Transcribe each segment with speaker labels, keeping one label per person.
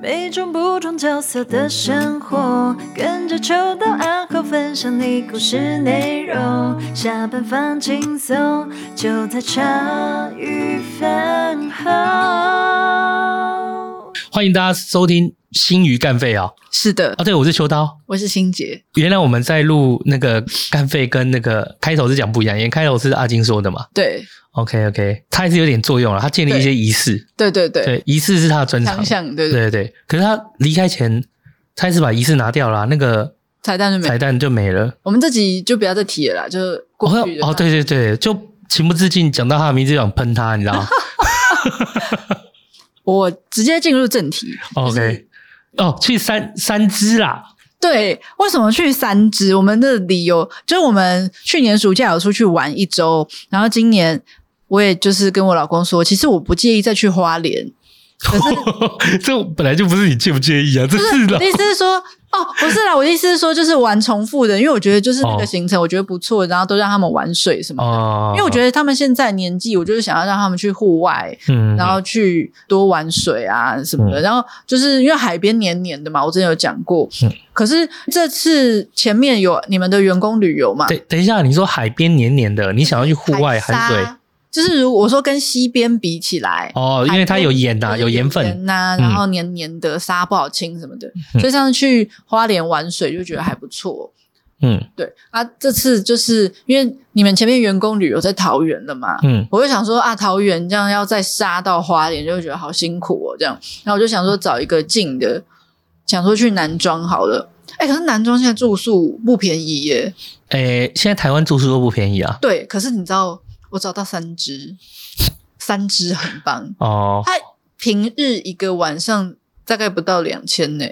Speaker 1: 每种不同角色的生活，跟着秋到暗号分享你故事内容。下班放轻松，就在茶余饭后。
Speaker 2: 欢迎大家收听《新鱼干废》啊！
Speaker 3: 是的，
Speaker 2: 啊，对，我是秋刀。
Speaker 3: 我是心杰。
Speaker 2: 原来我们在录那个 干废跟那个开头是讲不一样，因为开头是阿金说的嘛。
Speaker 3: 对
Speaker 2: OK OK，他还是有点作用了，他啊建立一些仪式，
Speaker 3: 对对对，
Speaker 2: 对，仪式是他的专长
Speaker 3: 想。想对
Speaker 2: 对
Speaker 3: 对
Speaker 2: 对对，可是他离开前，他还是把仪式拿掉了啊、那个
Speaker 3: 彩蛋就没
Speaker 2: 彩
Speaker 3: 了。
Speaker 2: 蛋就没了。
Speaker 3: 我们这集就不要再提了啦，就是过去的
Speaker 2: 哦哦，对对对，就情不自禁讲到他的名字，就想喷他，你知道 吗
Speaker 3: 我直接进入正题。
Speaker 2: ？OK，哦，去三三只啦，
Speaker 3: 对，为什么去三支？我们的理由就是我们去年暑假有出去玩一周，然后今年我也就是跟我老公说，其实我不介意再去花莲。
Speaker 2: 哦
Speaker 3: 可是
Speaker 2: 这本来就不是你介不介意啊，这是
Speaker 3: 我
Speaker 2: 的
Speaker 3: 的。意思是说，哦，不是啦，我的意思是说，就是玩重复的，因为我觉得就是那
Speaker 2: 哦
Speaker 3: 个行程，我觉得不错，然后都让他们玩水什么的。
Speaker 2: 哦，
Speaker 3: 因为我觉得他们现在年纪，我就是想要让他们去户外，
Speaker 2: 得，嗯
Speaker 3: 然后去多玩水啊什么的。然后就是因为海边黏黏的嘛，我之前有讲过。
Speaker 2: 嗯
Speaker 3: 可是这次前面有你们的员工旅游嘛，
Speaker 2: 等等一下，你说海边黏黏的，你想要去户外
Speaker 3: 沙
Speaker 2: 含水
Speaker 3: 就是如果我说跟西边比起来，
Speaker 2: 哦，因为它有盐呐、有盐分，
Speaker 3: 呐、
Speaker 2: 嗯
Speaker 3: 啊然后黏黏的沙不好清什么的，
Speaker 2: 嗯
Speaker 3: 所以上次去花莲玩水就觉得还不错。
Speaker 2: 嗯
Speaker 3: 对啊，这次就是因为你们前面员工旅游在桃园了嘛，
Speaker 2: 嗯，
Speaker 3: 我就想说啊，桃园这样要再杀到花莲，就会觉得好辛苦哦。这样，然后我就想说找一个近的，想说去南庄好了。哎，可是南庄现在住宿不便宜耶。
Speaker 2: 诶、现在台湾住宿都不便宜啊，
Speaker 3: 对，可是你知道我找到三只，三只很棒。
Speaker 2: 哦
Speaker 3: 它平日一个晚上大概不到两千呢。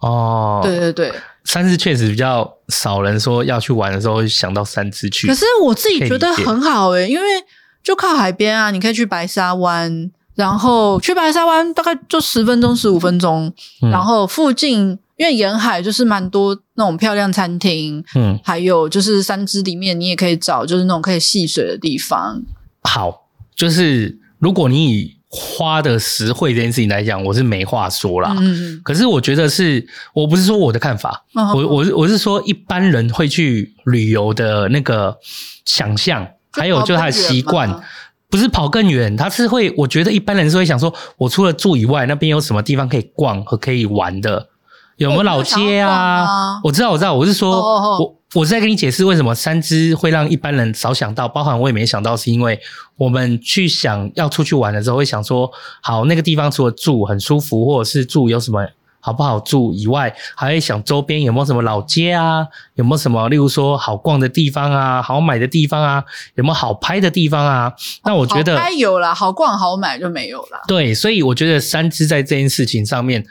Speaker 2: 哦，
Speaker 3: 对，对对，
Speaker 2: 三只确实比较少人说要去玩的时候会想到三只去
Speaker 3: 可，是我自己觉得
Speaker 2: 可以理解
Speaker 3: 很好诶、因为就靠海边啊，你可以去白沙湾，然后去白沙湾大概就十分钟、十五分钟，
Speaker 2: 嗯
Speaker 3: 然后附近因为沿海就是蛮多那种漂亮餐厅，
Speaker 2: 嗯，
Speaker 3: 还有就是山之里面你也可以找就是那种可以戏水的地方。
Speaker 2: 好，就是如果你以花的实惠这件事情来讲，我是没话说啦。
Speaker 3: 嗯，
Speaker 2: 可是我觉得是我不是说我的看法，
Speaker 3: 嗯
Speaker 2: 我我是我是说一般人会去旅游的那个想象，还有就是他的习惯，，不是跑更远，他是会我觉得一般人是会想说，我除了住以外，那边有什么地方可以逛和可以玩的，有没有老街啊？我知道我知道，我是说
Speaker 3: 哦哦哦
Speaker 2: 我。我是在跟你解释为什么三只会让一般人少想到，包含我也没想到，是因为我们去想要出去玩的时候，会想说，好那个地方除了住很舒服，或者是住有什么好不好住以外，还会想周边有没有什么老街啊，有没有什么例如说好逛的地方啊，好买的地方啊，有没有好拍的地方啊？那我觉得
Speaker 3: 该有啦，好逛好买就没有啦。
Speaker 2: 对，所以我觉得三只在这件事情上面，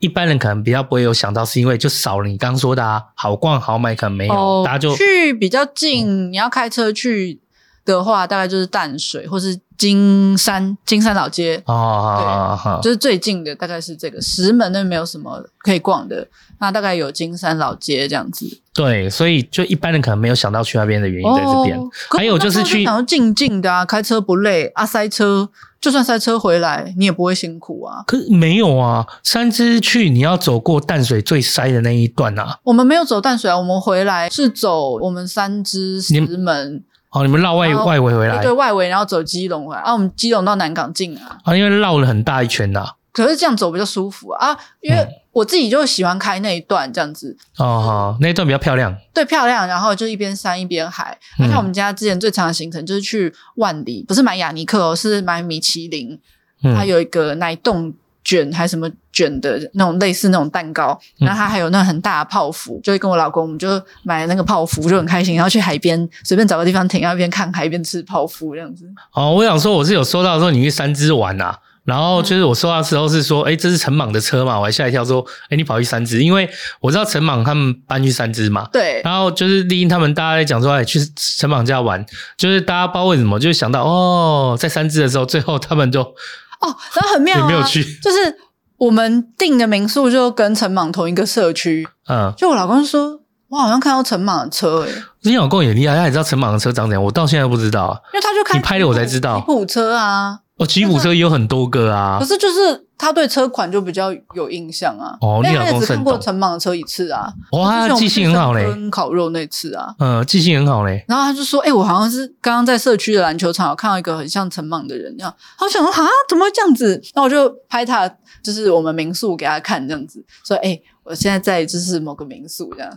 Speaker 2: 一般人可能比较不会有想到，是因为就少了你刚说的啊，好逛好买可能没有，大家就
Speaker 3: 哦
Speaker 2: 嗯
Speaker 3: 去比较近，你要开车去的话，大概就是淡水或是金山金山老街，
Speaker 2: 哦好好好
Speaker 3: 就是最近的大概是这个石门那边没有什么可以逛的，那大概有金山老街这样子。
Speaker 2: 对，所以就一般人可能没有想到去那边的原因在这边。
Speaker 3: 哦可
Speaker 2: 还有
Speaker 3: 我那
Speaker 2: 就是
Speaker 3: 时候
Speaker 2: 去
Speaker 3: 想要静静的啊，开车不累啊，塞车就算塞车回来，你也不会辛苦啊。
Speaker 2: 可是没有啊，三只去你要走过淡水最塞的那一段啊，
Speaker 3: 我们没有走淡水啊，我们回来是走我们三支石
Speaker 2: 你
Speaker 3: 门
Speaker 2: 哦，你们绕外、
Speaker 3: 哦
Speaker 2: 外围回来
Speaker 3: 哎对外围，然后走基隆回来啊。我们基隆到南港进啊，
Speaker 2: 啊，因为绕了很大一圈呐、啊。
Speaker 3: 可是这样走比较舒服啊，啊因
Speaker 2: 嗯
Speaker 3: 为我自己就喜欢开那一段这样子，
Speaker 2: 哦，好，那一段比较漂亮。
Speaker 3: 对，漂亮，然后就一边山一边海。
Speaker 2: 嗯
Speaker 3: 而且我们家之前最长的行程就是去万里，不是买雅尼克哦，是买米其林，它
Speaker 2: 嗯，
Speaker 3: 有一个奶冻卷还是什么卷的那种类似那种蛋糕，
Speaker 2: 嗯
Speaker 3: 然后它还有那很大的泡芙，就会跟我老公我们就买那个泡芙就很开心，然后去海边随便找个地方停，然后一边看海一边吃泡芙这样子。
Speaker 2: 哦，我想说我是有收到说你去三只玩呐、啊。然后就是我收到之后是说，哎、这是陈莽的车嘛？我还吓一跳，说，哎，你跑去三只？因为我知道陈莽他们搬去三只嘛。
Speaker 3: 对，
Speaker 2: 然后就是丽英他们大家在讲说，哎，去陈莽家玩，就是大家不知道为什么，就是想到哦，在三只的时候，最后他们就
Speaker 3: 哦，然后很妙、
Speaker 2: 也
Speaker 3: 啊，
Speaker 2: 没有去。
Speaker 3: 就是我们订的民宿就跟陈莽同一个社区，
Speaker 2: 嗯，
Speaker 3: 就我老公说，我好像看到陈莽的车欸诶、
Speaker 2: 你老公也厉害，他也知道陈莽的车长怎样，我到现在都不知道啊。
Speaker 3: 因为他就开
Speaker 2: 你拍了我才知道
Speaker 3: 吉普车啊，
Speaker 2: 哦，吉普车也有很多个啊
Speaker 3: 可。是就是他对车款就比较有印象啊。
Speaker 2: 哦
Speaker 3: 因为
Speaker 2: 你老
Speaker 3: 他也
Speaker 2: 公
Speaker 3: 只
Speaker 2: 是很
Speaker 3: 看过
Speaker 2: 懂
Speaker 3: 陈莽的车一次啊。
Speaker 2: 哇，他
Speaker 3: 之前我们
Speaker 2: 记性很好
Speaker 3: 去
Speaker 2: 嘞，
Speaker 3: 跟烤肉那次啊。
Speaker 2: 呃，记性很好嘞。
Speaker 3: 然后他就说：“哎、我好像是刚刚在社区的篮球场有看到一个很像陈莽的人，这样，好想说啊，怎么会这样子？”那我就拍他，就是我们民宿给他看，这样子说：“哎、我现在在就是某个民宿，这样。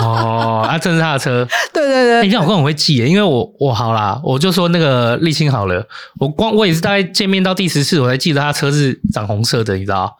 Speaker 2: 哦，啊，真是他的车。”
Speaker 3: 对对
Speaker 2: 哎、
Speaker 3: 对，
Speaker 2: 你老公很会记耶，因为我我好啦，我就说那个沥青好了，我光我也是大概见面到第十次，我才记得他车是长红色的，你知道？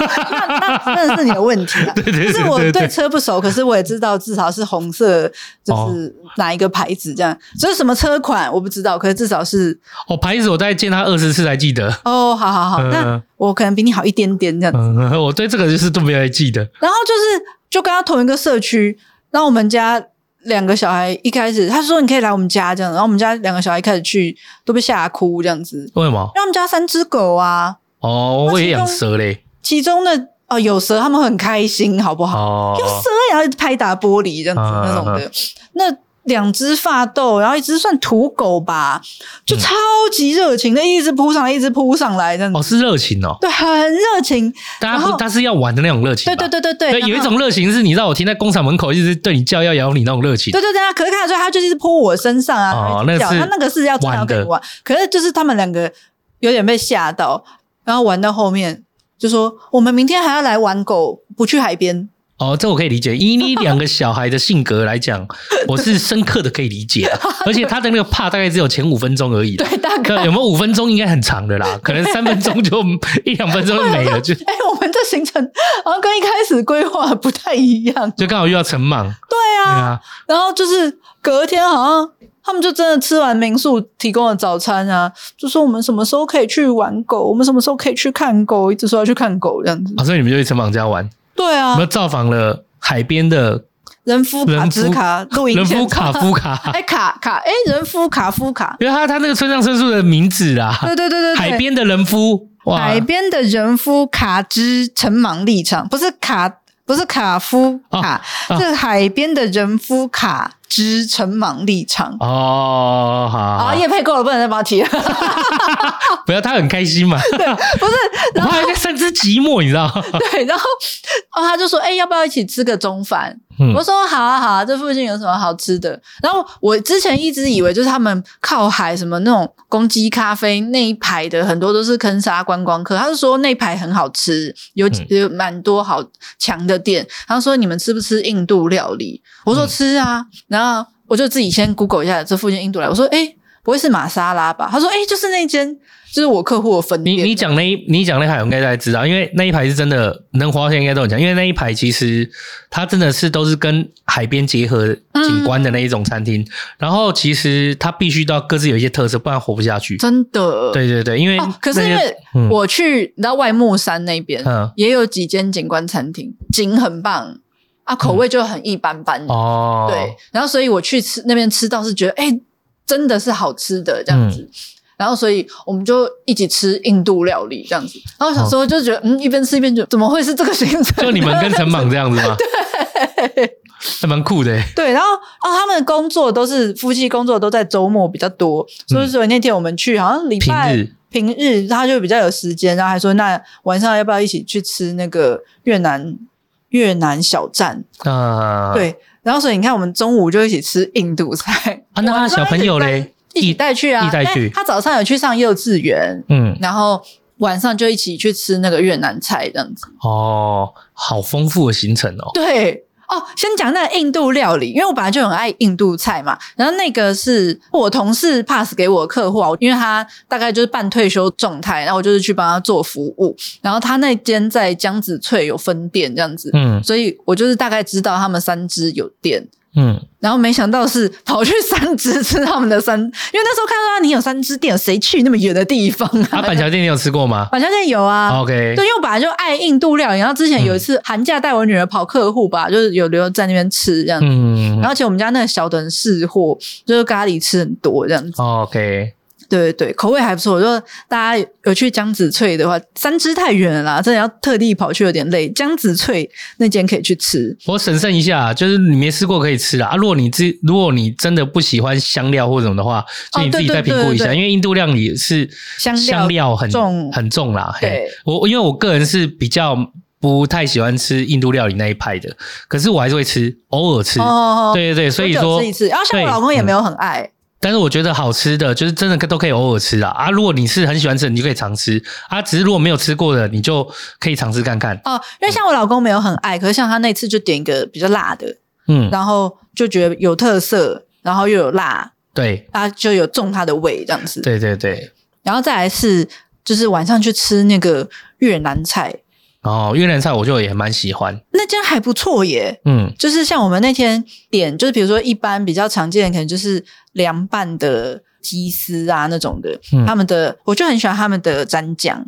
Speaker 3: 那真的是你的问题啊。
Speaker 2: 对对
Speaker 3: 就
Speaker 2: 对
Speaker 3: 是
Speaker 2: 对
Speaker 3: 我
Speaker 2: 对
Speaker 3: 对车不熟，可是我也知道至少是红色，就是
Speaker 2: 哦
Speaker 3: 哪一个牌子这样。所以什么车款我不知道，可是至少是
Speaker 2: 我哦牌子我大概见他二十次才记得。
Speaker 3: 哦，好好好，
Speaker 2: 嗯
Speaker 3: 那我可能比你好一点点这样。
Speaker 2: 嗯，我对这个就是都没有记得。
Speaker 3: 然后就是就跟他同一个社区，然后我们家两个小孩一开始他说你可以来我们家这样，然后我们家两个小孩一开始去都被吓哭这样子，
Speaker 2: 为什么？
Speaker 3: 因为我们家三只狗啊，
Speaker 2: 哦，我也养蛇嘞。
Speaker 3: 其中的哦有蛇他们会很开心，好不好？
Speaker 2: 哦，
Speaker 3: 有蛇也要拍打玻璃这样子、
Speaker 2: 嗯
Speaker 3: 那种的，那。两只发豆，然后一只算土狗吧，就
Speaker 2: 嗯
Speaker 3: 超级热情的，一直扑上来，一直扑上来，这样子，
Speaker 2: 哦，是热情哦，
Speaker 3: 对，很热情，
Speaker 2: 大家
Speaker 3: 然
Speaker 2: 不，
Speaker 3: 后
Speaker 2: 他是要玩的那种热情
Speaker 3: 对
Speaker 2: 吧。
Speaker 3: 对对对对，
Speaker 2: 对，
Speaker 3: 然
Speaker 2: 有一
Speaker 3: 后
Speaker 2: 种热情是你让我停在工厂门口，一直对你叫要咬你那种热情。
Speaker 3: 对对对啊，可是看得出来他就是泼我身上啊，
Speaker 2: 哦
Speaker 3: 然后一直
Speaker 2: 那
Speaker 3: 叫
Speaker 2: 个是
Speaker 3: 他那个是要真的要
Speaker 2: 玩的
Speaker 3: 跟你玩，可是就是他们两个有点被吓到，然后玩到后面就说我们明天还要来玩狗，不去海边。
Speaker 2: 哦，这我可以理解。以你两个小孩的性格来讲，我是深刻的可以理解啊。而且他的那个怕大概只有前五分钟而已啦。
Speaker 3: 对，大
Speaker 2: 对，
Speaker 3: 概
Speaker 2: 有没有五分钟应该很长的啦，可能三分钟就 一两分钟就没了，就
Speaker 3: 哎、我们这行程好像跟一开始规划不太一样。
Speaker 2: 就刚好遇到陈莽。对
Speaker 3: 啊
Speaker 2: 啊，
Speaker 3: 然后就是隔天好像他们就真的吃完民宿提供的早餐啊，就说我们什么时候可以去玩狗，我们什么时候可以去看狗，一直说要去看狗这样子。
Speaker 2: 啊，所以你们就去陈莽家玩，
Speaker 3: 对
Speaker 2: 我
Speaker 3: 啊
Speaker 2: 们，造访了海边的
Speaker 3: 人夫卡
Speaker 2: 人
Speaker 3: 之
Speaker 2: 夫
Speaker 3: 卡露营
Speaker 2: 人
Speaker 3: 现
Speaker 2: 夫
Speaker 3: 场
Speaker 2: 卡夫卡，
Speaker 3: 哎，卡卡，哎，人夫卡夫卡，
Speaker 2: 因为他他那个村上春树的名字啦，
Speaker 3: 对对对 对对，
Speaker 2: 海边的人夫哇
Speaker 3: 海边的人夫卡之陈莽立场，不是卡，不是卡夫卡，
Speaker 2: 哦
Speaker 3: 是海边的人夫卡之陈莽立
Speaker 2: 啊
Speaker 3: 场。
Speaker 2: 哦，好，
Speaker 3: 啊，叶配够了，不能再帮他提了。
Speaker 2: 不要他很开心嘛，
Speaker 3: 不是，
Speaker 2: 我怕人家三只寂寞，你知 道吗？
Speaker 3: 对，然后哦，他就说，哎、要不要一起吃个中饭？
Speaker 2: 嗯
Speaker 3: 我说好啊好啊，这附近有什么好吃的？然后我之前一直以为就是他们靠海什么那种公鸡咖啡那一排的很多都是坑杀观光客，他就说那一排很好吃，有几
Speaker 2: 嗯
Speaker 3: 有蛮多好强的店。他说你们吃不吃印度料理？我说
Speaker 2: 嗯
Speaker 3: 吃啊，然后我就自己先 Google 一下这附近印度料理。我说哎、诶不会是玛莎拉吧？他说：“哎、就是那间，就是我客户的分
Speaker 2: 你
Speaker 3: 店。
Speaker 2: 你讲那一你讲那海，我应该大家知道，因为那一排是真的能花钱应该都很强，因为那一排其实它真的是都是跟海边结合景观的那一种餐厅，然后其实它必须都要各自有一些特色，不然活不下去。
Speaker 3: 真的，
Speaker 2: 对对对，因为那些、
Speaker 3: 哦，可是因为
Speaker 2: 嗯
Speaker 3: 我去，你知道外木山那边、
Speaker 2: 嗯
Speaker 3: 也有几间景观餐厅，景很棒啊，口味就很一般般。
Speaker 2: 哦，
Speaker 3: 对，然后所以我去吃那边吃到是觉得，哎、真的是好吃的这样子。
Speaker 2: 嗯
Speaker 3: 然后，所以我们就一起吃印度料理这样子。然后我想说，就觉得、嗯，一边吃一边觉得，怎么会是这个行程？
Speaker 2: 哦就你们跟陈莽这样子 吗？还蛮酷的欸。
Speaker 3: 对，然后哦，他们工作都是夫妻工作都在周末比较多，所以说那天我们去好像礼拜
Speaker 2: 嗯平日
Speaker 3: 平日他就比较有时间，然后还说那晚上要不要一起去吃那个越南越南小站？
Speaker 2: 啊，
Speaker 3: 对，然后所以你看我们中午就一起吃印度菜
Speaker 2: 啊，那他小朋友？
Speaker 3: 晚上
Speaker 2: 嘞，
Speaker 3: 一起带一起带去啊，
Speaker 2: 一带去
Speaker 3: 哎他早上有去上幼稚园，
Speaker 2: 嗯，
Speaker 3: 然后晚上就一起去吃那个越南菜这样子。
Speaker 2: 哦，好丰富的行程哦。
Speaker 3: 对。哦，先讲那个印度料理，因为我本来就很爱印度菜嘛。然后那个是我同事 pass 给我的客户啊，因为他大概就是半退休状态，然后我就是去帮他做服务。然后他那间在江子翠有分店这样子，
Speaker 2: 嗯
Speaker 3: 所以我就是大概知道他们三支有店。
Speaker 2: 嗯，
Speaker 3: 然后没想到是跑去三支吃他们的三，因为那时候看到你有三支店，谁去那么远的地方啊？
Speaker 2: 啊，哦板桥店你有吃过吗
Speaker 3: 板桥店有啊，
Speaker 2: ？OK，
Speaker 3: 对，因为我本来就爱印度料理，然后之前有一
Speaker 2: 嗯
Speaker 3: 次寒假带我女儿跑客户吧，就是有留在那边吃这样子。
Speaker 2: 嗯
Speaker 3: 然后而且我们家那个小的人试货，就是咖喱吃很多这样子。
Speaker 2: ，OK，
Speaker 3: 对对对，口味还不错。如果大家有去江子翠的话，三支太远了啦，真的要特地跑去有点累。江子翠那间可以去吃，
Speaker 2: 我审慎一下，就是你没试过可以吃啦。啊，如果你自如果你真的不喜欢香料或者什么的话，就你自己再评估一下，
Speaker 3: 哦对对对对对
Speaker 2: 因为印度料理是
Speaker 3: 香料
Speaker 2: 香料哎很
Speaker 3: 重
Speaker 2: 很重啦。嘿
Speaker 3: 对，
Speaker 2: 我因为我个人是比较不太喜欢吃印度料理那一派的，可是我还是会吃，偶尔吃。
Speaker 3: 哦
Speaker 2: 对对对，所以
Speaker 3: 久
Speaker 2: 说
Speaker 3: 吃一次。然后像我
Speaker 2: 对
Speaker 3: 老公也
Speaker 2: 嗯
Speaker 3: 没有很爱，
Speaker 2: 但是我觉得好吃的，就是真的都可以偶尔吃啦。啊，如果你是很喜欢吃的，你就可以常吃啊。只是如果没有吃过的，你就可以尝试看看。
Speaker 3: 哦，因为像我老公没有很爱，可是像他那次就点一个比较辣的，
Speaker 2: 嗯，
Speaker 3: 然后就觉得有特色，然后又有辣，
Speaker 2: 对，
Speaker 3: 他就有中他的胃这样子。
Speaker 2: 对对对。
Speaker 3: 然后再来是就是晚上去吃那个越南菜，
Speaker 2: 哦，越南菜我就也蛮喜欢。
Speaker 3: 那间还不错耶。
Speaker 2: 嗯，
Speaker 3: 就是像我们那天点，就是比如说一般比较常见的，可能就是凉拌的鸡丝啊那种的，
Speaker 2: 嗯
Speaker 3: 他们的我就很喜欢他们的蘸酱，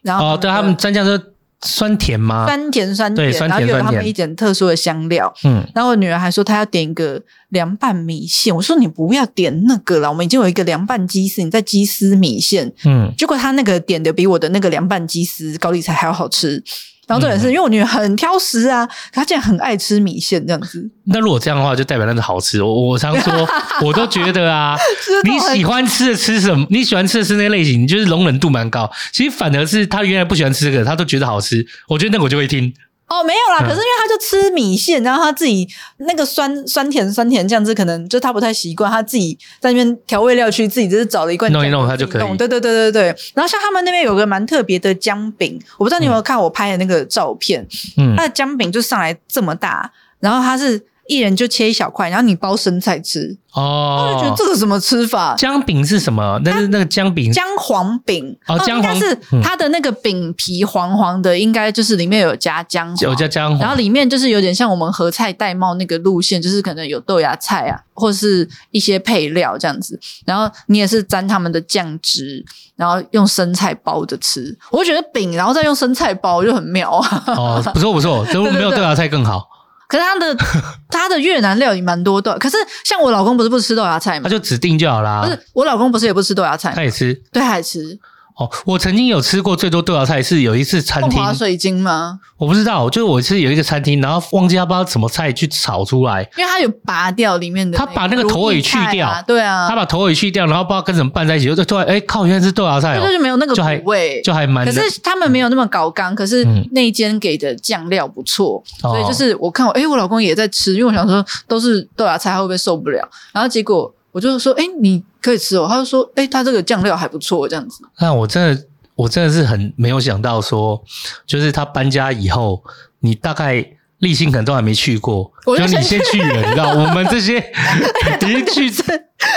Speaker 3: 然后
Speaker 2: 哦，对他们蘸酱就酸甜吗？
Speaker 3: 酸甜酸甜，
Speaker 2: 对酸甜
Speaker 3: 然后又有他
Speaker 2: 酸
Speaker 3: 们
Speaker 2: 甜
Speaker 3: 一点特殊的香料，
Speaker 2: 嗯，
Speaker 3: 然后我女儿还说她要点一个凉拌米线，我说你不要点那个啦，我们已经有一个凉拌鸡丝，你再鸡丝米线。
Speaker 2: 嗯，
Speaker 3: 结果她那个点的比我的那个凉拌鸡丝高丽菜还要好吃。然后重
Speaker 2: 嗯
Speaker 3: 点是、因为我女儿很挑食啊，可她竟然很爱吃米线这样子，
Speaker 2: 那如果这样的话，就代表那是好吃。我我常 说，我都觉得啊，
Speaker 3: 就是那
Speaker 2: 你
Speaker 3: 种很
Speaker 2: 喜欢吃的吃什么？你喜欢吃的是那个类型，你就是容忍度蛮高。其实反而是他原来不喜欢吃这个，他都觉得好吃。我觉得那个我就会听。
Speaker 3: 哦没有啦，
Speaker 2: 嗯
Speaker 3: 可是因为她就吃米线，然后她自己那个酸酸甜酸甜酱汁，可能就她不太习惯，她自己在那边调味料区自己就是找了一罐
Speaker 2: 弄一
Speaker 3: 酱
Speaker 2: 弄
Speaker 3: 自
Speaker 2: 她就
Speaker 3: 己
Speaker 2: 可以
Speaker 3: 弄对对对对对。然后像他们那边有个蛮特别的姜饼，我不知道你有没有看我拍的那个照片，
Speaker 2: 嗯，
Speaker 3: 它的姜饼就上来这么大，然后它是一人就切一小块，然后你包生菜吃，我就觉得
Speaker 2: 哦，
Speaker 3: 这个什么吃法？
Speaker 2: 姜饼是什么？那是那个姜饼
Speaker 3: 姜黄饼
Speaker 2: 哦姜黄
Speaker 3: 应该是
Speaker 2: 嗯
Speaker 3: 它的那个饼皮黄黄的，应该就是里面有加姜
Speaker 2: 有
Speaker 3: 黄，
Speaker 2: 加哦姜
Speaker 3: 然后
Speaker 2: 黄，
Speaker 3: 里面就是有点像我们和菜带帽那个路线，就是可能有豆芽菜啊，或是一些配料这样子。然后你也是沾他们的酱汁，然后用生菜包着吃。我就觉得饼，然后再用生菜包就很妙啊。
Speaker 2: 哦，不错不错，这没有豆芽菜更好。
Speaker 3: 可是他的 他的越南料理蛮多的，可是像我老公不是不吃豆芽菜
Speaker 2: 他
Speaker 3: 吗？
Speaker 2: 就指定就好啦
Speaker 3: 不。是，我老公不是也不吃豆芽菜吗
Speaker 2: 他，也吃
Speaker 3: 对，他也吃
Speaker 2: 哦，我曾经有吃过最多豆芽菜是有一次餐
Speaker 3: 凤
Speaker 2: 厅，
Speaker 3: 华水晶吗？
Speaker 2: 我不知道，就是我是有一个餐厅，然后忘记他不知道什么菜去炒出来，
Speaker 3: 因为他有拔掉里面的、
Speaker 2: 他把那个头尾去掉
Speaker 3: 如意菜啊对啊，
Speaker 2: 他把头尾去掉，然后不知道跟什么拌在一起，就突然哎靠，原来是豆芽菜
Speaker 3: 那
Speaker 2: 哦
Speaker 3: 就，是没有那个
Speaker 2: 就还
Speaker 3: 苦味，
Speaker 2: 就还蛮
Speaker 3: 可是他们没有那么搞刚，可是
Speaker 2: 嗯
Speaker 3: 那一间给的酱料不错，
Speaker 2: 哦
Speaker 3: 所以就是我看我，诶，我老公也在吃，因为我想说都是豆芽菜，他会不会受不了？然后结果我就说，诶，你可以吃哦，他就说，诶，他这个酱料还不错，这样子。
Speaker 2: 那我真的我真的是很没有想到说，就是他搬家以后，你大概。立新可能都还没去过，
Speaker 3: 我
Speaker 2: 就
Speaker 3: 就
Speaker 2: 你
Speaker 3: 先
Speaker 2: 先去了，你知 道，我们这些已经去，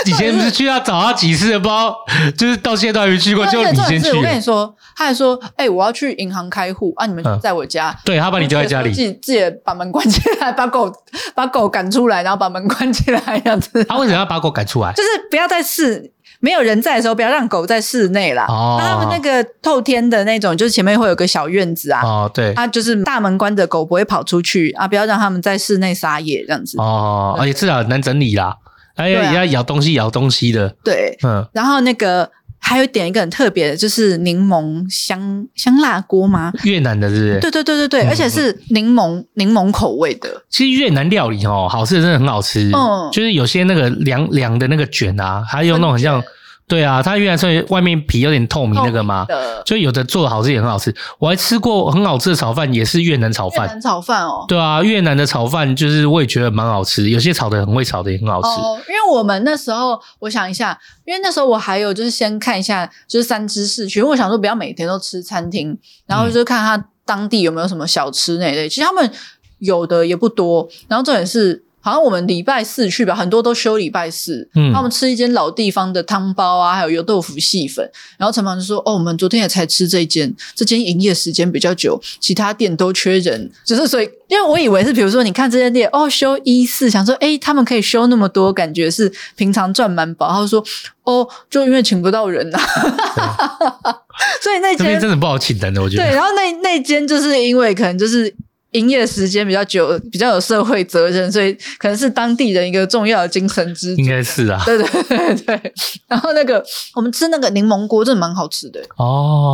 Speaker 2: 以前不是去要找他几次的包，就是到现在都还没去过，就
Speaker 3: 而且
Speaker 2: 你
Speaker 3: 重
Speaker 2: 先
Speaker 3: 点是，
Speaker 2: 去
Speaker 3: 我跟
Speaker 2: 了
Speaker 3: 你，说，他还说，诶，我要去银行开户啊，你们
Speaker 2: 嗯
Speaker 3: 在我家。
Speaker 2: 对他把你丢在家里
Speaker 3: 自，己自己把门关起来，把狗把狗赶出来，然后把门关起来，这样子。
Speaker 2: 他为什么要把狗赶出来？
Speaker 3: 就是不要在室没有人在的时候，不要让狗在室内啦。
Speaker 2: 哦
Speaker 3: 那他们那个透天的那种，就是前面会有个小院子啊，
Speaker 2: 哦，对，
Speaker 3: 啊，就是大门关着，狗不会跑出去啊，不要让他们在室内撒野这样子。
Speaker 2: 哦，而且至少很难整理啦，哎
Speaker 3: 对
Speaker 2: 呀，
Speaker 3: 啊
Speaker 2: 要咬东西咬东西的，
Speaker 3: 对，
Speaker 2: 嗯，
Speaker 3: 然后那个还有点一个很特别的，就是柠檬香香辣锅吗？
Speaker 2: 越南的是不是？
Speaker 3: 对对对对对，
Speaker 2: 嗯
Speaker 3: 而且是柠檬柠檬口味的，
Speaker 2: 其实越南料理哦，好吃的真的很好吃，
Speaker 3: 嗯
Speaker 2: 就是有些那个凉凉的那个卷啊，还有那种很像，对啊，它越南算外面皮有点透明那个嘛，
Speaker 3: 的
Speaker 2: 就有的做的好吃也很好吃，我还吃过很好吃的炒饭，也是越南炒
Speaker 3: 越
Speaker 2: 饭。
Speaker 3: 南炒饭哦。
Speaker 2: 对啊，越南的炒饭就是我也觉得蛮好吃，有些炒的很会炒的也很好吃。
Speaker 3: 哦，因为我们那时候，我想一下，因为那时候我还有就是先看一下，就是三芝市区，因为我想说不要每天都吃餐厅，然后就看它当地有没有什么小吃那一类。其实他们有的也不多，然后重点是。好像我们礼拜四去吧，很多都休礼拜四。
Speaker 2: 嗯
Speaker 3: 哦他们吃一间老地方的汤包啊，还有油豆腐细粉。然后陈芳就说：“哦，我们昨天也才吃这间，这间营业时间比较久，其他店都缺人，只是所以，因为我以为是，比如说你看这间店哦，休一四，想说诶，他们可以休那么多，感觉是平常赚满饱。他就说哦，就因为请不到人啊， 所以那
Speaker 2: 这边
Speaker 3: 间
Speaker 2: 真的不好请人的，我觉
Speaker 3: 对，
Speaker 2: 得。
Speaker 3: 然后那那间就是因为可能就是营业时间比较久，比较有社会责任，所以可能是当地人一个重要的精神支柱
Speaker 2: 应。该是啊。
Speaker 3: 对 对对对，然后那个我们吃那个柠檬锅真的蛮好吃的，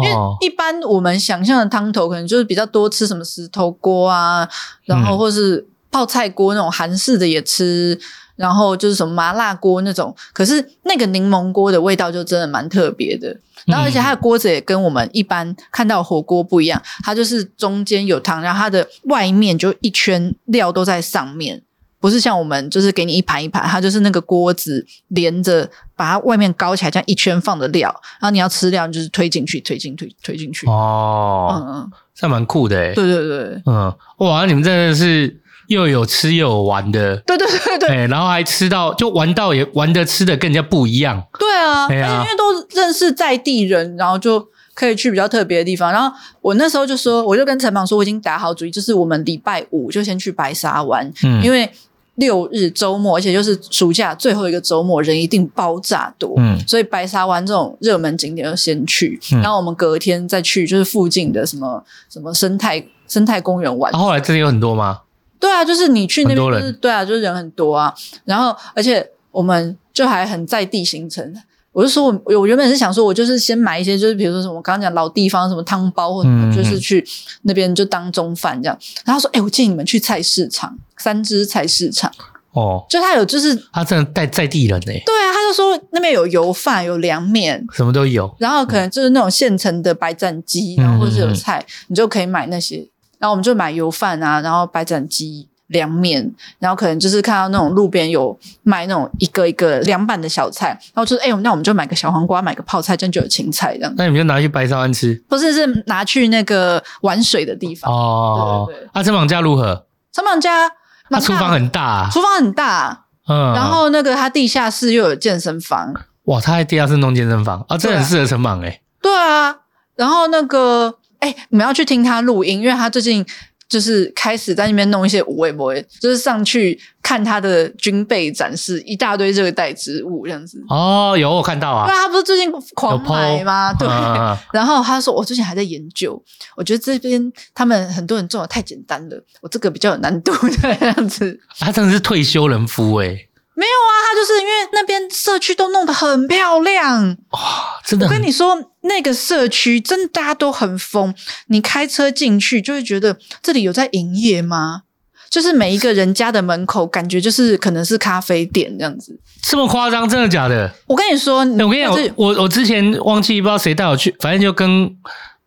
Speaker 3: 因为
Speaker 2: 哦，
Speaker 3: 一般我们想象的汤头可能就是比较多吃什么石头锅啊，然后
Speaker 2: 嗯
Speaker 3: 或是泡菜锅那种韩式的也吃，然后就是什么麻辣锅那种。可是那个柠檬锅的味道就真的蛮特别的，然后而且它的锅子也跟我们一般看到火锅不一样，它就是中间有汤，然后它的外面就一圈料都在上面。不是像我们就是给你一盘一盘，它就是那个锅子连着把它外面高起来，这样一圈放的料，然后你要吃料你就是推进去，推进去，推进去。
Speaker 2: 哦，
Speaker 3: 嗯嗯，
Speaker 2: 这蛮酷的诶。
Speaker 3: 对对对
Speaker 2: 嗯，哇，你们真的是又有吃又有玩的，
Speaker 3: 对对对对对
Speaker 2: 哎，然后还吃到就玩到也玩的吃的跟人家不一样。
Speaker 3: 对啊！
Speaker 2: 对啊
Speaker 3: 而且因为都认识在地人，然后就可以去比较特别的地方。然后我那时候就说，我就跟陈芒说，我已经打好主意，就是我们礼拜五就先去白沙湾，
Speaker 2: 嗯，
Speaker 3: 因
Speaker 2: 为
Speaker 3: 为六日周末，而且就是暑假最后一个周末，人一定爆炸多。
Speaker 2: 嗯
Speaker 3: 所以白沙湾这种热门景点就先去，
Speaker 2: 嗯
Speaker 3: 然后我们隔天再去就是附近的什么什么生态生态公园玩。
Speaker 2: 啊后来这里有很多吗？
Speaker 3: 对啊，就是你去那边
Speaker 2: 很多
Speaker 3: 就
Speaker 2: 人
Speaker 3: 是对啊，就是人很多啊。然后而且我们就还很在地行程。我就说我我原本是想说，我就是先买一些，就是比如说什么我刚刚讲老地方什么汤包或什么，
Speaker 2: 嗯
Speaker 3: 就是去那边就当中饭这样。然后他说，哎、我建议你们去菜市场，三芝菜市场，
Speaker 2: 哦，
Speaker 3: 就他有就是对
Speaker 2: 他真的带在地人诶，
Speaker 3: 啊，他就说那边有油饭，有凉面，
Speaker 2: 什么都有。
Speaker 3: 然后可能就是那种现成的白斩鸡，
Speaker 2: 嗯
Speaker 3: 然后或是有菜，你就可以买那些。然后我们就买油饭啊，然后白斩鸡、凉面，然后可能就是看到那种路边有卖那种一个一个凉拌的小菜，然后就是哎、那我们就买个小黄瓜，买个泡菜，这样就有芹菜这样。
Speaker 2: 那你们就拿去白沙湾吃
Speaker 3: 不是是拿去那个玩水的地方。
Speaker 2: 哦
Speaker 3: 对对对。
Speaker 2: 啊，这网家如何？
Speaker 3: 陈满家，
Speaker 2: 他
Speaker 3: 满
Speaker 2: 厨房很大啊，
Speaker 3: 厨房很大，
Speaker 2: 嗯，
Speaker 3: 然后那个它地下室又有健身房，
Speaker 2: 哇，他在地下室弄健身房啊，这
Speaker 3: 对啊
Speaker 2: 很适合成莽诶。
Speaker 3: 对啊，然后那个，哎、你们要去听他录音，因为他最近就是开始在那边弄一些无畏博，就是上去看他的军备展示，一大堆热带植物这样子。
Speaker 2: 哦，有我看到
Speaker 3: 对
Speaker 2: 啊，
Speaker 3: 啊，他不是最近狂买吗？对。
Speaker 2: 嗯
Speaker 3: 然后他说：“我最近还在研究，我觉得这边他们很多人种的太简单了，我这个比较有难度这样子。
Speaker 2: 他啊真的是退休人夫欸诶。
Speaker 3: 啊，他就是因为那边社区都弄得很漂亮，
Speaker 2: 哇，真的
Speaker 3: 我
Speaker 2: 很
Speaker 3: 跟你说，那个社区真的大家都很疯，你开车进去就会觉得这里有在营业吗？就是每一个人家的门口，感觉就是可能是咖啡店这样子。
Speaker 2: 这么夸张，真的假的？
Speaker 3: 我跟你说，
Speaker 2: 哎我跟你
Speaker 3: 嗯就是
Speaker 2: 讲，我我之前忘记不知道谁带我去，反正就跟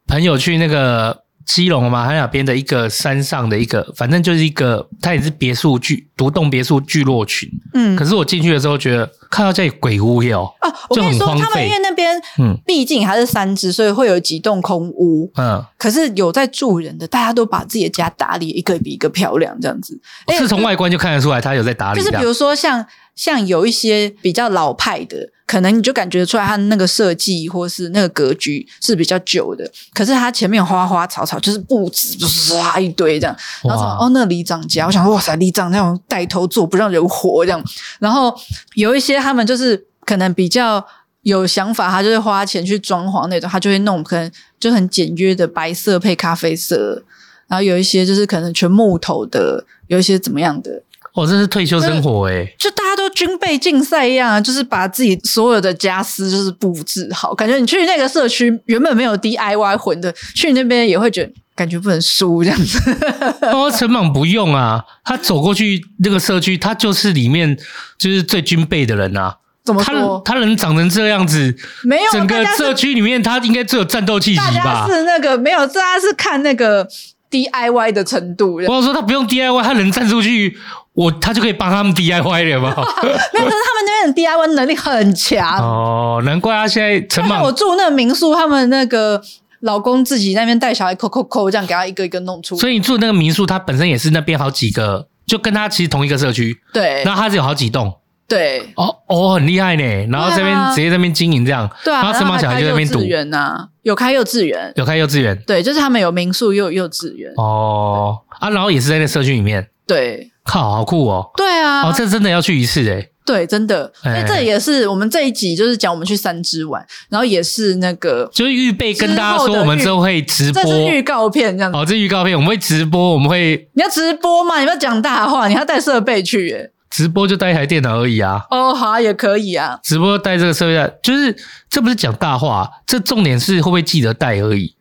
Speaker 2: 朋友去那个基隆嘛，海那边的一个山上的一个，反正就是一个，它也是别墅聚独栋别墅聚落群。
Speaker 3: 嗯
Speaker 2: 可，是我进去的时候，觉得看到这里鬼屋耶哦，
Speaker 3: 哦，我跟你
Speaker 2: 就
Speaker 3: 说，
Speaker 2: 很荒
Speaker 3: 他们
Speaker 2: 废
Speaker 3: 因为那边
Speaker 2: 嗯
Speaker 3: 毕竟还是三只，所以会有几栋空屋。
Speaker 2: 嗯，
Speaker 3: 可是有在住人的，大家都把自己的家打理一个比一个漂亮，这样子。哎
Speaker 2: 是从外观就看得出来，他有在打理
Speaker 3: 就是
Speaker 2: 的。
Speaker 3: 比如说像像有一些比较老派的，可能你就感觉出来它那个设计或是那个格局是比较旧的，可是它前面有花花草草，就是布置就是啊一堆这样，然后什么
Speaker 2: 哇
Speaker 3: 哦那里长家，我想哇塞里长那种带头做不让人活这样，然后有一些他们就是可能比较。有想法，他就会花钱去装潢那种，他就会弄可能就很简约的白色配咖啡色，然后有一些就是可能全木头的，有一些怎么样的，
Speaker 2: 哦，这是退休生活哎，
Speaker 3: 就大家都军备竞赛一样啊，就是把自己所有的家私就是布置好，感觉你去那个社区原本没有 DIY 魂的，去那边也会觉得感觉不能输这样子。
Speaker 2: 哦，陈莽不用啊，他走过去那个社区，他就是里面就是最军备的人啊。
Speaker 3: 怎么
Speaker 2: 他
Speaker 3: 说？
Speaker 2: 他人长成这样子，
Speaker 3: 没有，啊
Speaker 2: 整
Speaker 3: 大
Speaker 2: 个
Speaker 3: 家
Speaker 2: 社
Speaker 3: 是
Speaker 2: 区里面，他应该最有战斗气息
Speaker 3: 大
Speaker 2: 吧
Speaker 3: 家？是那个没有，大家是看那个 DIY 的程度。
Speaker 2: 我想说他不用 DIY，他人站出去，我他就可以帮他们 DIY 了嘛。
Speaker 3: 没有，可是他们那边的 DIY 能力很强。
Speaker 2: 哦，难怪他现在陈
Speaker 3: 看我
Speaker 2: 莽，
Speaker 3: 住那个民宿，他们那个老公自己在那边带小孩抠抠抠，这样给他一个一个弄出来。
Speaker 2: 所以你住的那个民宿，它本身也是那边好几个，就跟他其实同一个社区，
Speaker 3: 对
Speaker 2: 然后他是有好几栋。
Speaker 3: 对
Speaker 2: 哦哦，很厉害呢。然后这边、
Speaker 3: 对啊
Speaker 2: 直接这边经营这样，
Speaker 3: 对啊，
Speaker 2: 然后
Speaker 3: 然
Speaker 2: 陈
Speaker 3: 后
Speaker 2: 莽小
Speaker 3: 还
Speaker 2: 孩
Speaker 3: 开
Speaker 2: 就在
Speaker 3: 幼
Speaker 2: 那边
Speaker 3: 稚
Speaker 2: 赌，
Speaker 3: 园呐，有开幼稚园。
Speaker 2: 有开幼稚园。
Speaker 3: 对，就是他们有民宿，又有幼稚园。
Speaker 2: 哦啊，然后也是在那社区里面，
Speaker 3: 对，
Speaker 2: 靠，好酷哦！
Speaker 3: 对啊，
Speaker 2: 哦，这真的要去一次哎。
Speaker 3: 对，真的，所以这也是我们这一集就是讲我们去三支玩，然后也是那个
Speaker 2: 就是预备跟大家
Speaker 3: 之后
Speaker 2: 说，
Speaker 3: 的
Speaker 2: 我们
Speaker 3: 预
Speaker 2: 之后会直播
Speaker 3: 这，是预告片这样子。
Speaker 2: 哦，这预告片我们会直播，我们会
Speaker 3: 你要直播嘛？你不要讲大话，你要带设备去耶。
Speaker 2: 直播就带一台电脑而已啊。
Speaker 3: 哦，好啊，也可以啊。
Speaker 2: 直播带这个设备带，就是这不是讲大话，啊这重点是会不会记得带而已。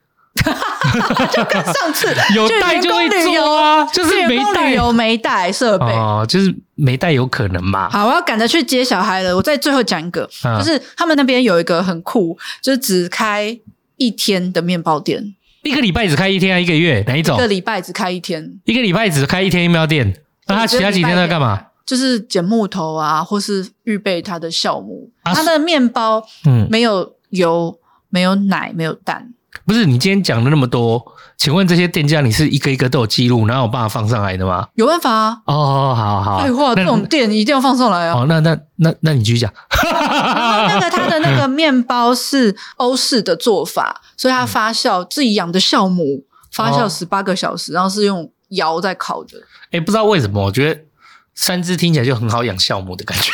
Speaker 3: 跟上次
Speaker 2: 有
Speaker 3: 去
Speaker 2: 带
Speaker 3: 啊员
Speaker 2: 就
Speaker 3: 工
Speaker 2: 会
Speaker 3: 旅游
Speaker 2: 做啊，就是
Speaker 3: 去
Speaker 2: 没
Speaker 3: 员工旅
Speaker 2: 带
Speaker 3: 游没带设备。
Speaker 2: 哦，就是没带有可能嘛。
Speaker 3: 好，我要赶着去接小孩了。我再最后讲一个，
Speaker 2: 嗯
Speaker 3: 就是他们那边有一个很酷，就是只开一天的面包店，
Speaker 2: 一个礼拜只开一天啊，一个月哪一
Speaker 3: 一
Speaker 2: 种
Speaker 3: 个？礼拜只开一天。
Speaker 2: 一个礼拜只开一天面包店，那他其他几天都在干嘛？？
Speaker 3: 就是捡木头啊，或是预备它的酵母。
Speaker 2: 啊
Speaker 3: 它的面包
Speaker 2: 嗯，
Speaker 3: 没有油，没有奶，没有蛋。
Speaker 2: 不是你今天讲了那么多，请问这些店家你是一个一个都有记录，然后有办法放上来的吗？
Speaker 3: 有办法啊！
Speaker 2: 哦，好好好，
Speaker 3: 废话，
Speaker 2: 那
Speaker 3: 这种店一定要放上来啊！
Speaker 2: 哦，那那那那你继续讲。
Speaker 3: 然后那个它的 那个面包是欧式的做法，所以它发酵自己养的酵母发酵
Speaker 2: 嗯哦
Speaker 3: 十八个小时，然后是用窑在烤的。
Speaker 2: 哎、不知道为什么，我觉得三只听起来就很好养酵母的感 觉，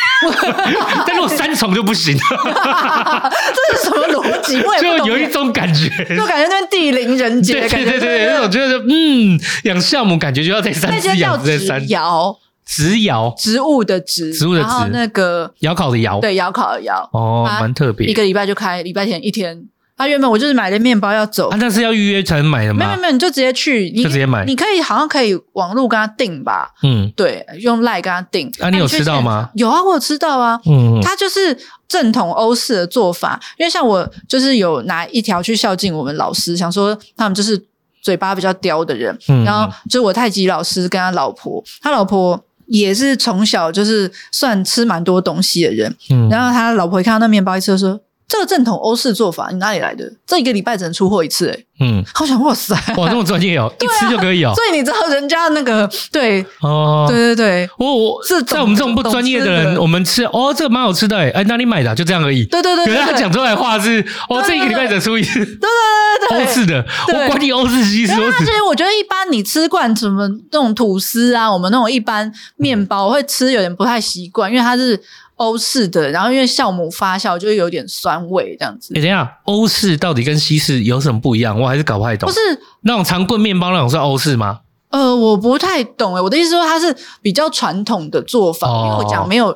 Speaker 2: 但如果三重就不行，
Speaker 3: 这是什么逻辑？我也
Speaker 2: 就
Speaker 3: 不懂。
Speaker 2: 有一种感觉。
Speaker 3: 就感觉那边地灵人杰
Speaker 2: 对
Speaker 3: 的感
Speaker 2: 对
Speaker 3: 觉，
Speaker 2: 对对，那种觉得嗯，养酵母感觉就要在三
Speaker 3: 那
Speaker 2: 只
Speaker 3: 间叫
Speaker 2: 养在
Speaker 3: 植
Speaker 2: 三
Speaker 3: 窑，
Speaker 2: 植窑
Speaker 3: 植物的植，
Speaker 2: 植物的
Speaker 3: 然后
Speaker 2: 植
Speaker 3: 那个
Speaker 2: 窑烤的窑，
Speaker 3: 对窑烤的窑，
Speaker 2: 哦，
Speaker 3: 啊
Speaker 2: 蛮特别。
Speaker 3: 一个礼拜就开，礼拜天一天。他原本我就是买了面包要走
Speaker 2: 啊，，那是要预约才能买的
Speaker 3: 没有
Speaker 2: 吗
Speaker 3: 没有？没有，你就直接去，你
Speaker 2: 就直接买
Speaker 3: 你可以好像可以网络跟他订吧，
Speaker 2: 嗯，
Speaker 3: 对，用赖跟他订。
Speaker 2: 啊，你有
Speaker 3: 去
Speaker 2: 吃到吗？
Speaker 3: 有啊，我有吃到啊。
Speaker 2: 嗯，
Speaker 3: 它就是正统欧式的做法，因为像我就是有拿一条去孝敬我们老师，想说他们就是嘴巴比较刁的人，
Speaker 2: 嗯
Speaker 3: 然后就是我太极老师跟他老婆，他老婆也是从小就是算吃蛮多东西的人，
Speaker 2: 嗯
Speaker 3: 然后他老婆一看到那面包一吃就说。这个正统欧式做法，你哪里来的？这一个礼拜只能出货一次、欸，哎，
Speaker 2: 嗯，
Speaker 3: 好想哇塞！
Speaker 2: 哇，这么专 业哦，一吃就可以哦，
Speaker 3: 啊所以你知道人家那个对、
Speaker 2: 哦，
Speaker 3: 对对对
Speaker 2: 我我
Speaker 3: 是懂
Speaker 2: 在我们这种不专业的
Speaker 3: 懂吃
Speaker 2: 人，
Speaker 3: 的
Speaker 2: 我们吃哦，这个蛮好吃的哎，哎，哪里买的啊？就这样而已。
Speaker 3: 对 对对
Speaker 2: 可
Speaker 3: 对
Speaker 2: 是他
Speaker 3: 对，
Speaker 2: 讲出来的话是，哦，
Speaker 3: 对
Speaker 2: 这一个礼拜只出一次 欧
Speaker 3: 对对对
Speaker 2: 式的，
Speaker 3: 对
Speaker 2: 我管你欧式西式，我
Speaker 3: 那
Speaker 2: 只
Speaker 3: 所以我觉得一般你吃惯什么那种吐司啊，我们那种一般面包会吃有点不太习惯，因为它是欧式的，然后因为酵母发酵就会有点酸味这样子
Speaker 2: 哎，。等一下，欧式到底跟西式有什么不一样？我还是搞不太懂
Speaker 3: 不。是，
Speaker 2: 那种长棍面包那种是欧式吗？
Speaker 3: 呃，我不太懂诶，我的意思说它是比较传统的做法，
Speaker 2: 哦
Speaker 3: 因为我讲没有，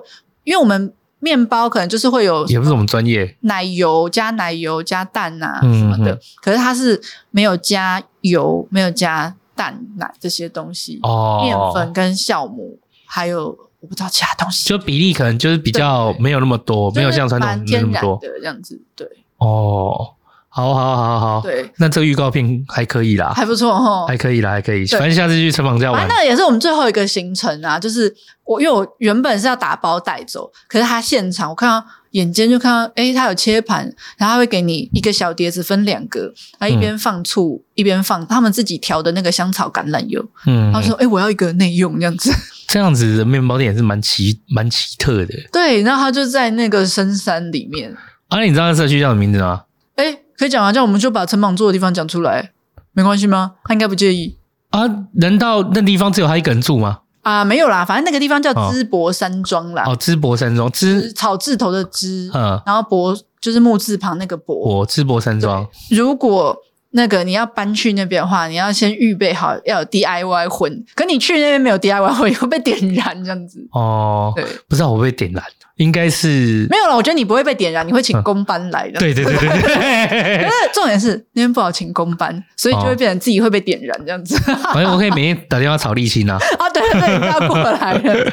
Speaker 3: 因为我们面包可能就是会有
Speaker 2: 也不是我们专业。
Speaker 3: 奶油加奶油加蛋啊
Speaker 2: 嗯
Speaker 3: 什么的，
Speaker 2: 嗯
Speaker 3: 可是它是没有加油，没有加蛋奶这些东西，
Speaker 2: 哦
Speaker 3: 面粉跟酵母，还有我不知道其他东西，
Speaker 2: 就比例可能就是比较没有那么多，没有像传统
Speaker 3: 就是
Speaker 2: 那
Speaker 3: 蛮天
Speaker 2: 么
Speaker 3: 然
Speaker 2: 多
Speaker 3: 的这样子，对
Speaker 2: 哦。好好好好，
Speaker 3: 对，
Speaker 2: 那这个预告片还可以啦，
Speaker 3: 还不错哦哈。
Speaker 2: 还可以啦，还可以。
Speaker 3: 对
Speaker 2: 反正下次去城隍家
Speaker 3: 啊，
Speaker 2: 玩，
Speaker 3: 那也是我们最后一个行程啊，就是我因为我原本是要打包带走，可是他现场我看到眼尖就看到，诶，他有切盘，然后他会给你一个小碟子分两个，他一边放醋、一边放他们自己调的那个香草橄榄油，
Speaker 2: 嗯，
Speaker 3: 他说：“哎、我要一个内用这样子。
Speaker 2: 这样子的面包店也是蛮奇蛮奇特的。”
Speaker 3: 对，然后他就在那个深山里面。
Speaker 2: 啊，你知道那社区叫什么名字吗？
Speaker 3: 哎、可以讲啊，这样我们就把城堡住的地方讲出来，没关系吗？他应该不介意
Speaker 2: 啊，难道那地方只有他一个人住吗？
Speaker 3: 啊，没有啦，反正那个地方叫
Speaker 2: 哦
Speaker 3: 淄博山庄啦，
Speaker 2: 哦，淄博山庄，
Speaker 3: 就是
Speaker 2: 淄，
Speaker 3: 草字头的淄，
Speaker 2: 嗯，
Speaker 3: 然后博就是木字旁那个博。
Speaker 2: 我淄博山庄，
Speaker 3: 如果那个你要搬去那边的话，你要先预备好要有 DIY 混，可你去那边没有 DIY 混，会被点燃这样子。
Speaker 2: 哦，
Speaker 3: 对，
Speaker 2: 不知道我被点燃，应该是
Speaker 3: 没，有了，我觉得你不会被点燃，你会请公班来的。
Speaker 2: 嗯对对对对
Speaker 3: 可
Speaker 2: 对，
Speaker 3: 是重点是那边不好请公班，所以
Speaker 2: 哦
Speaker 3: 就会变成自己会被点燃这样子。
Speaker 2: 反正我可以每天打电话吵沥青啊。
Speaker 3: 啊，对对对，你要过来了。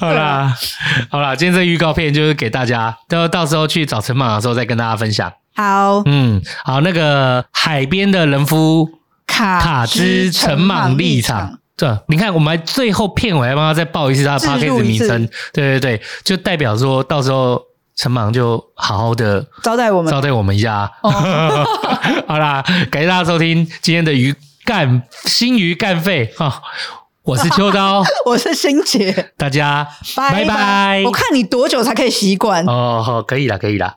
Speaker 2: 好啦， 好啦，今天这预告片就是给大家，到到时候去找陈莽的时候再跟大家分享。
Speaker 3: 好，
Speaker 2: 嗯， 好，那个海边的人夫
Speaker 3: 卡
Speaker 2: 卡之陈莽立
Speaker 3: 场
Speaker 2: 场。对，啊你看，我们还最后片尾还帮他再报一次他的 p
Speaker 3: 置
Speaker 2: o d c a
Speaker 3: 入
Speaker 2: s
Speaker 3: 一
Speaker 2: 名
Speaker 3: 次
Speaker 2: 称，对对对，就代表说到时候陈莽就好好的
Speaker 3: 招待我们哦
Speaker 2: 招待我们一下。 好啦，感谢大家收听今天的鱼干新鱼干肺哈、我是秋 刀，
Speaker 3: 我是欣姐，
Speaker 2: 大家拜
Speaker 3: 拜
Speaker 2: 拜
Speaker 3: 我看你多久才可以习惯？
Speaker 2: 哦，好，可以啦，可以啦。